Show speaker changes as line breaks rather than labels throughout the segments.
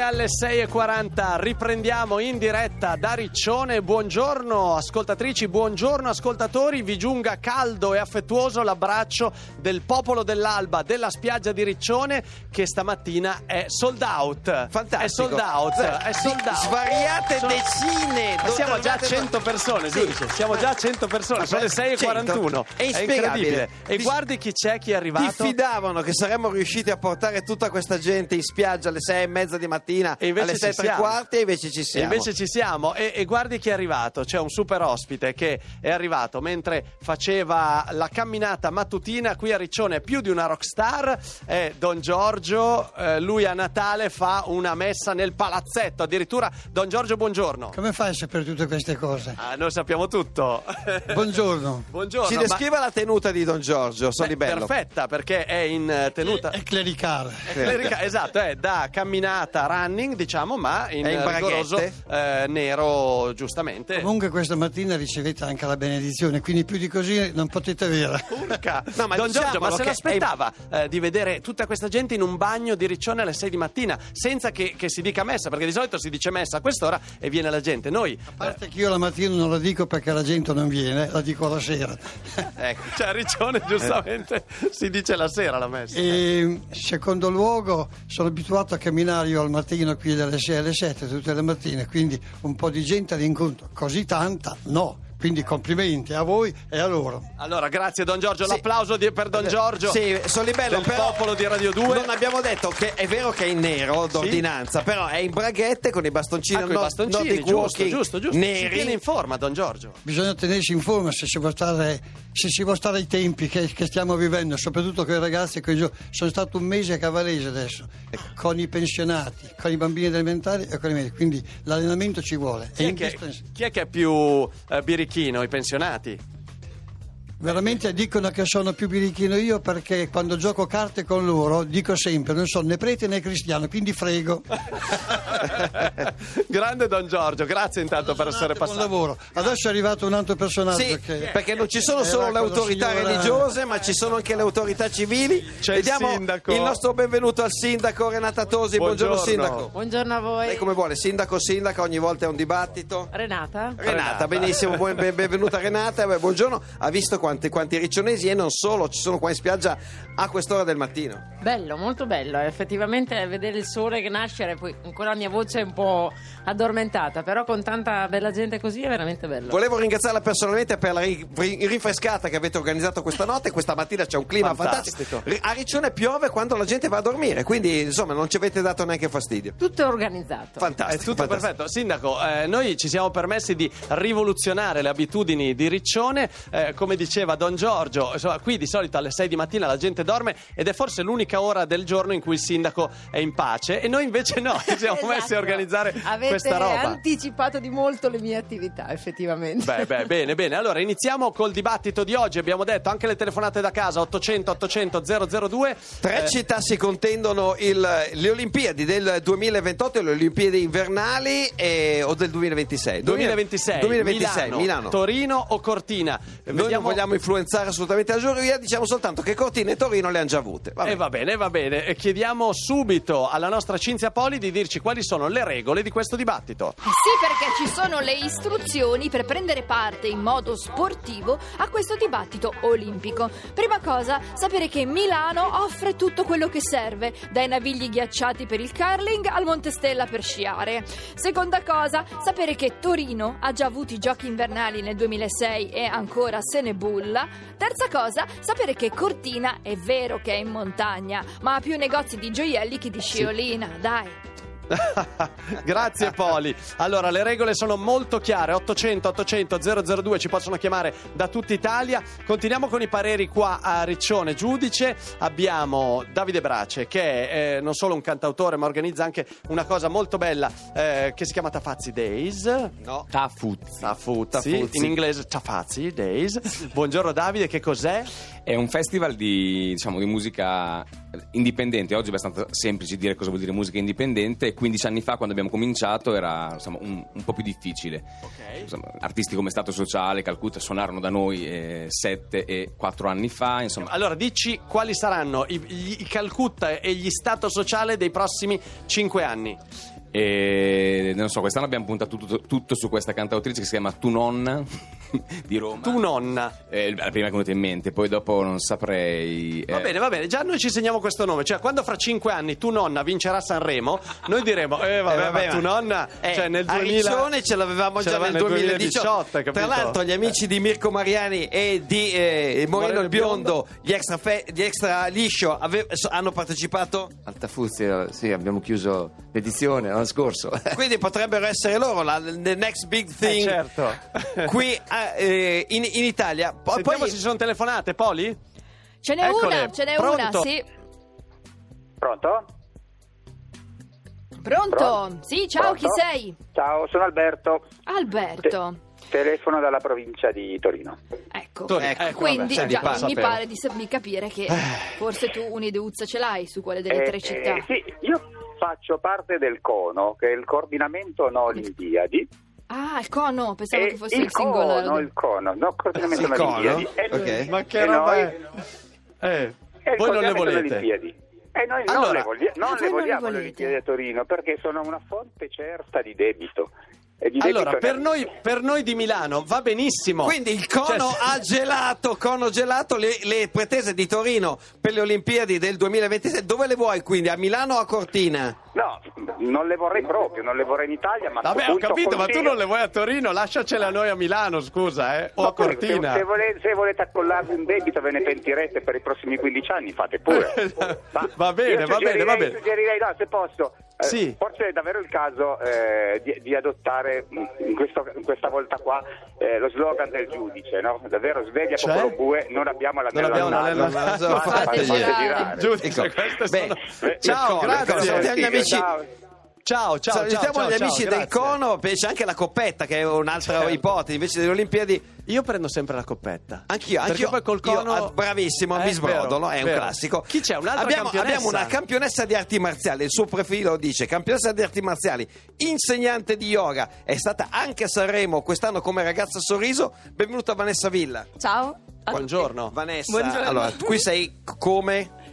alle 6.40 riprendiamo in diretta da Riccione. Buongiorno ascoltatrici, buongiorno ascoltatori. Vi giunga caldo e affettuoso l'abbraccio del popolo dell'alba della spiaggia di Riccione che stamattina è sold out.
Fantastico.
È sold out. È sold out.
Svariate
Sono-
decine.
Ma siamo già a
Trovate-
100 persone,
Sì.
giudice. Siamo già a 100 persone.
Ma
Sono le
beh,
6.41.
100.
È
È
incredibile.
inspiegabile.
E
Dis-
guardi chi c'è, chi è arrivato.
Diffidavano che saremmo riusciti a portare tutta questa gente in spiaggia alle sei e mezza di mattina,
E invece
alle
ci
sei e tre
siamo.
quarti, e invece ci
E
siamo.
invece ci siamo e, e guardi chi è arrivato, c'è un super ospite che è arrivato mentre faceva la camminata mattutina qui a Riccione, è più di una rockstar, è Don Giorgio, eh, lui a Natale fa una messa nel palazzetto, addirittura Don Giorgio buongiorno.
Ecco.
Come fai a sapere tutte queste cose?
Ah, noi sappiamo tutto.
Buongiorno.
buongiorno.
Ci
ma-
descriva la tenuta di Don Giorgio,
Beh,
Solibello.
Perfetta perché è in eh, tenuta...
È clericale.
È clerica- esatto, è da camminata running, diciamo, ma in,
È in braghette.
rigoroso eh, nero, giustamente.
Comunque questa mattina ricevete anche la benedizione, quindi più di così non potete avere.
Urca.
No, ma
Don Giorgio, ma
diciamolo
se
che
l'aspettava eh, di vedere tutta questa gente in un bagno di Riccione alle 6 di mattina, senza che, che si dica messa, perché di solito si dice messa a quest'ora e viene la gente. Noi,
A parte che io la mattina non la dico perché la gente non viene, la dico la sera.
eh, ecco, cioè a Riccione giustamente si dice la sera la messa.
Eh.
E in secondo luogo sono abituato a camminare io al mattino qui dalle 6 alle 7 tutte le mattine, quindi un po' di gente all'incontro, così tanta no. Quindi complimenti a voi e a loro.
Allora, grazie Don Giorgio, l'applauso di- per Don Giorgio.
Eh, Sì, Solibello,
del
però
popolo di Radio 2.
Non abbiamo detto che è vero che è in nero d'ordinanza, però è in braghette con i bastoncini,
Ah, con i
no-
bastoncini,
no, di
giusto,
walking
giusto, giusto. Si tiene
Neri.
in forma Don Giorgio.
Bisogna tenersi in forma se si vuole stare, se si vuole stare ai tempi che, che stiamo vivendo, soprattutto con i ragazzi. Con i gio- sono stato un mese a Cavalese adesso,
Ecco.
con i pensionati, con i bambini elementari e con i medici. Quindi l'allenamento ci vuole, è
Chi è, che,
indispensabile.
chi è che è più eh, birichino? I pensionati?
Veramente dicono che sono più birichino io perché quando gioco carte con loro dico sempre non sono né prete né cristiano, quindi frego.
Grande Don Giorgio, grazie intanto per essere
Buon
passato.
lavoro. Adesso è arrivato un altro personaggio
Sì, eh,
che...
perché non ci
eh,
sono
Era
solo le
con la
autorità
signora-
religiose, ma ci sono anche le autorità civili.
C'è il
Vediamo
sindaco.
il nostro benvenuto al sindaco Renata Tosi. Buongiorno,
Buongiorno.
sindaco.
Buongiorno a voi.
Lei come vuole, sindaco, sindaca, ogni volta è un dibattito.
Renata?
Renata,
Renata.
benissimo, buon- ben- benvenuta Renata, Beh, buongiorno, ha visto quanti, quanti riccionesi e non solo, ci sono qua in spiaggia a quest'ora del mattino.
Bello, molto bello. eh. Effettivamente vedere il sole che nascere, poi ancora la mia voce è un po' addormentata, però con tanta bella gente così è veramente bello.
Volevo ringraziarla personalmente per la ri- ri- rinfrescata che avete organizzato questa notte, questa mattina c'è un clima fantastico.
Fantastico.
Ri- A Riccione piove quando la gente va a dormire, quindi insomma non ci avete dato neanche fastidio.
Tutto è organizzato.
Fantastico.
È tutto
fantastico.
perfetto. Sindaco, eh, noi ci siamo permessi di rivoluzionare le abitudini di Riccione. Eh, come diceva Don Giorgio, insomma, qui di solito alle 6 di mattina la gente dorme ed è forse l'unica ora del giorno in cui il sindaco è in pace. E noi invece no, ci siamo
Esatto.
messi a organizzare
Avete
questa roba.
anticipato di molto le mie attività, effettivamente.
Beh, beh, bene, bene. Allora iniziamo col dibattito di oggi. Abbiamo detto anche le telefonate da casa 800 800 002.
Tre
Eh,
città si contendono il- le Olimpiadi del 2028 e le Olimpiadi invernali e- o del 2026?
2026,
2026,
Milano,
Milano.
Torino o Cortina? Eh,
Noi non
vediamo-
vogliamo influenzare assolutamente la giuria, diciamo soltanto che Cortina e Torino le hanno già avute. Vabbè.
E Eh, va bene, va bene. E Chiediamo subito alla nostra Cinzia Poli di dirci quali sono le regole di questo dibattito.
Eh Sì, perché ci sono le istruzioni per prendere parte in modo sportivo a questo dibattito olimpico. Prima cosa, sapere che Milano offre tutto quello che serve, dai navigli ghiacciati per il curling al Montestella per sciare. Seconda cosa, sapere che Torino ha già avuto i giochi invernali nel 2006 e ancora se ne bulla. Terza cosa, sapere che Cortina è vero che è in montagna, ma ha più negozi di gioielli che di sciolina, dai.
Grazie Poli. Allora, le regole sono molto chiare. 800 800 002 ci possono chiamare da tutta Italia. Continuiamo con i pareri qua a Riccione Giudice. Abbiamo Davide Brace che è eh, non solo un cantautore, ma organizza anche una cosa molto bella eh, che si chiama Tafazzi Days.
No.
Tafuz
Ah. Tafuzzi,
Tafuzzi.
in inglese Tafazzi Days. Buongiorno Davide, che cos'è?
è un festival di, diciamo, di musica indipendente. Oggi è abbastanza semplice dire cosa vuol dire musica indipendente. 15 anni fa, quando abbiamo cominciato, era insomma, un, un po' più difficile. Insomma, artisti come Stato Sociale, Calcutta suonarono da noi 7 e 4 anni fa. Insomma,
Allora, dici quali saranno i, gli- i Calcutta e gli Stato Sociale dei prossimi 5 anni.
E non so, quest'anno abbiamo puntato tutto, tutto su questa cantautrice che si chiama Tu Nonna di Roma. Eh,
Tu nonna.
È la prima che è venuta in mente, poi dopo non saprei.
Va
eh,
bene, va bene, già noi ci segniamo questo nome, cioè quando fra 5 anni tu nonna vincerà Sanremo, noi diremo, eh vabbè,
Eh, vabbè,
ma tu
ma-
nonna,
eh,
cioè nel
a
2000...
Riccione ce l'avevamo
ce
già nel
l'aveva
2018.
capito?
Tra l'altro, gli amici di Mirko Mariani e di eh, Moreno
Moreno
il Biondo, Gli, extra fe- gli extra liscio, ave- so- hanno partecipato?
Altafuzzi, eh, sì, abbiamo chiuso l'edizione l'anno scorso.
Quindi potrebbero essere loro la, the next big thing.
Eh, certo.
Qui a- eh, in, in Italia. Po-
Sentiamo se ci sono telefonate, Poli?
Ce n'è
Eccole,
una, ce n'è
pronto?
una, sì.
Pronto?
Pronto?
Pronto?
Sì, ciao,
Pronto?
chi sei?
Ciao, sono Alberto.
Alberto.
Te- telefono dalla provincia di Torino.
Ecco.
Torino,
Ecco,
ecco,
quindi
vabbè, sì,
già,
di qua,
mi
sapevo.
pare di, sa- di capire che forse tu un'ideuzza ce l'hai su quelle delle
Eh,
tre città.
eh, sì, io faccio parte del CONO, che è il coordinamento no Olimpiadi.
Ah, il cono, pensavo
E
che fosse
Eh, il,
il, singolo.
CONO, il CONO, no coordinamento
Il
no
cono?
Olimpiadi. E-
Ok.
Ma che
e
roba
noi-
è? Eh,
e
voi non le
il coordinamento delle
volete?
Olimpiadi. E noi
Allora-
non le, voglia- non
Ah,
le
voi non le
vogliamo le
volete.
Olimpiadi a Torino perché sono una fonte certa di debito. E di
Allora,
debito
per
ne-
noi, per noi di Milano va benissimo.
Quindi il cono
Cioè,
ha gelato, cono gelato le, le pretese di Torino per le Olimpiadi del 2026. Dove le vuoi quindi? A Milano o a Cortina?
No, non le vorrei proprio, non le vorrei in Italia, ma a
Vabbè,
sto
ho
punto
capito, ma tu
continuo.
non le vuoi a Torino, lasciacele a noi a Milano, scusa, eh, o
Ma
a
pure,
Cortina.
Se, se volete, se volete accollarvi un debito ve ne pentirete per i prossimi 15 anni, fate pure. Ma
Va bene, va bene,
io
va
suggerirei-
bene.
Suggerirei, no, se posso, eh,
Sì.
forse è davvero il caso eh, di, di adottare mh, in, questo- in questa volta qua eh, lo slogan del giudice, no? Davvero, sveglia
Cioè?
popolo bue, non abbiamo la
Non abbiamo la
nella
nella naso,
fateci girare.
Giudice,
Ecco.
queste
Beh,
sono-
eh,
Ciao,
d'accordo, d'accordo.
grazie.
Sentiamo gli amici-
Ciao, ciao,
Salutiamo
ciao,
Cioè, gli
ciao,
amici
grazie.
del cono, pe- c'è anche la coppetta che è un'altra
Certo.
ipotesi, invece delle Olimpiadi
Io prendo sempre la coppetta.
Anch'io,
Perché
anch'io
poi col
io,
cono...
ah, bravissimo,
Eh,
mi
vero,
sbrodolo, è
vero.
un classico.
Chi c'è? Un'altra
abbiamo,
campionessa?
abbiamo una campionessa di arti marziali, il suo profilo dice campionessa di arti marziali, insegnante di yoga, è stata anche a Sanremo quest'anno come ragazza sorriso, benvenuta Vanessa Villa.
Ciao. a
Buongiorno.
Vanessa,
Buongiorno.
allora, qui sei come,
tutti.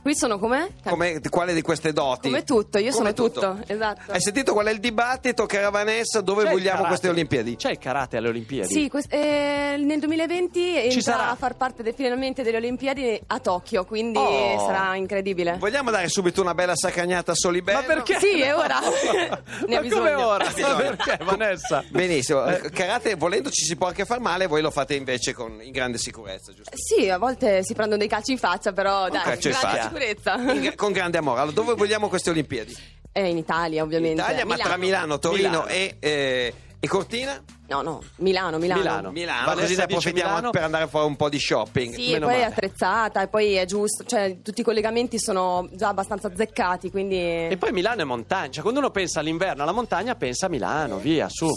Qui sono come?
come- quale di queste doti?
Come tutto, io sono
Come
tutto, esatto.
Hai sentito qual è il dibattito, cara Vanessa, dove
C'è il
vogliamo
karate?
queste Olimpiadi?
C'è il karate alle Olimpiadi?
Sì, quest- eh, nel 2020
sarà.
entra a far parte de- finalmente delle Olimpiadi a Tokyo, quindi
Oh.
sarà incredibile.
Vogliamo dare subito una bella sacagnata a Solibello?
Ma perché?
Sì, è ora. ne ha
Ma come
bisogno.
ora? Ma perché, Vanessa?
Benissimo,
Eh,
karate volendo ci si può anche far male, voi lo fate invece con, in grande sicurezza, giusto?
Sì, a volte si prendono dei calci in faccia,
Eh,
però dai,
calcio in
grande
faccia.
sicurezza.
In- con grande amore. Allora, dove vogliamo queste Olimpiadi?
È in Italia, ovviamente.
In Italia, ma tra Milano, Torino
Milano.
E, eh, e Cortina?
No, no, Milano, Milano.
Milano.
Milano,
Vanessa
così ne
dice
approfittiamo
Milano.
per andare a fare un po' di shopping.
Sì, e
Meno
poi è
male.
attrezzata, e poi è giusto, cioè tutti i collegamenti sono già abbastanza azzeccati, quindi...
E poi Milano è montagna, cioè quando uno pensa all'inverno, alla montagna, pensa a Milano, via, su.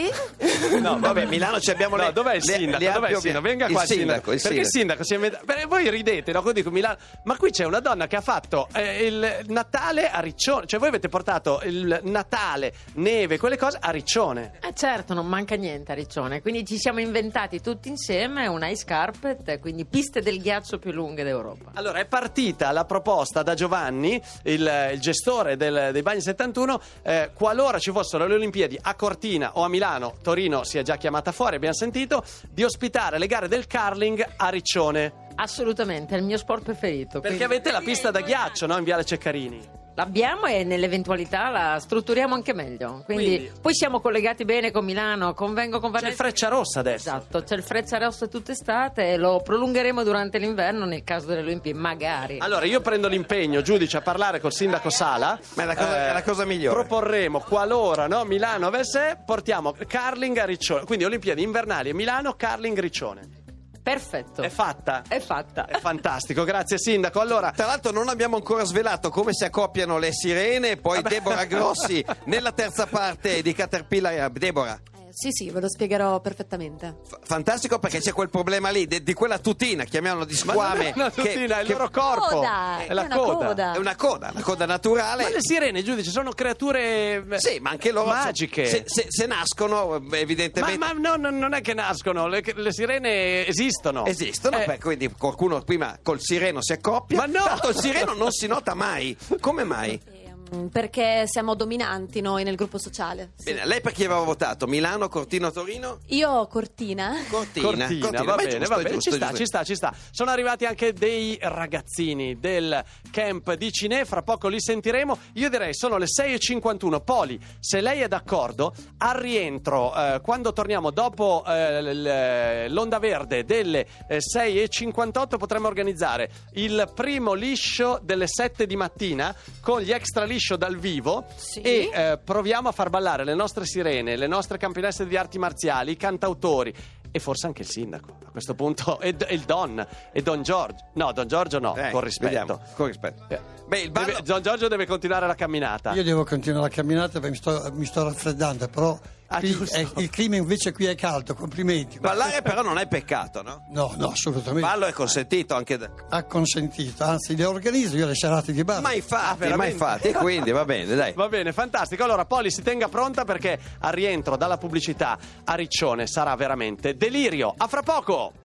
Sì?
No,
vabbè, Milano ci abbiamo
no,
le-
dov'è
le-
il sindaco?
le
dov'è il
ampio-
sindaco? Venga
il
qua il sindaco.
sindaco, il
Perché il sindaco si è inventa- Beh, voi ridete, no? Quando dico Milano, ma qui c'è una donna che ha fatto eh, il Natale a Riccione, cioè voi avete portato il Natale, neve, quelle cose a Riccione.
Eh, certo, non manca niente a Riccione, quindi ci siamo inventati tutti insieme un ice carpet, quindi piste del ghiaccio più lunghe d'Europa.
Allora è partita la proposta da Giovanni, il, il gestore del- dei Bagni 71, eh, qualora ci fossero le Olimpiadi a Cortina o a Milano, Torino si è già chiamata fuori, abbiamo sentito, di ospitare le gare del curling a Riccione.
Assolutamente, è il mio sport preferito.
Perché
quindi-
avete la pista da ghiaccio, no? In Viale Ceccarini.
L'abbiamo e nell'eventualità la strutturiamo anche meglio. Quindi,
Quindi-
poi siamo collegati bene con Milano, convengo con
C'è il
Vanessa.
Freccia Rossa adesso.
Esatto, c'è il Freccia Rossa tutt'estate e lo prolungheremo durante l'inverno nel caso delle Olimpiadi, magari.
Allora, io prendo l'impegno, giudice, a parlare col sindaco Sala. Eh,
Ma è la cosa- è la cosa migliore.
Proporremo, qualora no, Milano avesse, portiamo Carling a Riccione. Quindi Olimpiadi invernali a Milano, Carling Riccione.
Perfetto.
È fatta.
È fatta.
È fantastico, grazie sindaco. Allora,
Tra l'altro non abbiamo ancora svelato come si accoppiano le sirene, poi
Vabbè.
Deborah Grossi nella terza parte di Caterpillar. Deborah,
Eh,
Sì, sì, ve lo spiegherò perfettamente.
F- fantastico perché c'è quel problema lì de- di quella tutina, chiamiamolo di squame.
Una
che-
tutina, è il
che-
loro corpo.
Coda,
È la
è una
coda.
coda.
È una coda, la coda naturale.
Ma le sirene, giudice, sono creature eh,
Sì, ma anche loro. cioè,
magiche.
Se, se- se nascono, eh,
ma
evidentemente.
ma no, no, non è che nascono, le, le sirene esistono.
Esistono,
Eh,
beh, quindi qualcuno prima col sireno si accoppia.
Ma no!
Tanto il sireno non si nota mai. Come mai?
Ehm, Perché siamo dominanti noi nel gruppo sociale. sì.
Bene, lei per chi aveva votato? Milano, Cortino, Torino?
Io Cortina.
Cortina.
Cortina, va
ma è
bene,
giusto,
va
è
bene,
giusto,
ci
è
sta,
giusto.
ci sta, ci sta. Sono arrivati anche dei ragazzini del camp di Cine, fra poco li sentiremo. Io direi sono le 6.51. Poli, se lei è d'accordo, al rientro, eh, quando torniamo dopo eh, l- l'onda verde delle eh, 6.58 potremmo organizzare il primo liscio delle 7 di mattina con gli extra liscio dal vivo
Sì.
e eh, proviamo a far ballare le nostre sirene, le nostre campionesse di arti marziali, i cantautori e forse anche il sindaco a questo punto e, d- e il Don e Don Giorgio. No, Don Giorgio no,
Eh,
con rispetto.
vediamo, con rispetto.
Eh,
Beh, il
deve-
ballo-
Don Giorgio deve continuare la camminata.
Io devo continuare la camminata perché mi sto, mi sto raffreddando, però
Ah,
qui
giusto.
è- il clima invece qui è caldo, complimenti.
Ballare però non è peccato, no?
No, no, assolutamente.
Ballo è consentito anche da...
Ha consentito, anzi le organizzo io le serate di bar.
Ma infatti, ma
Ah. veramente?
infatti, e quindi va bene, dai.
Va bene, fantastico. Allora, Poli si tenga pronta perché al rientro dalla pubblicità a Riccione sarà veramente delirio. A fra poco!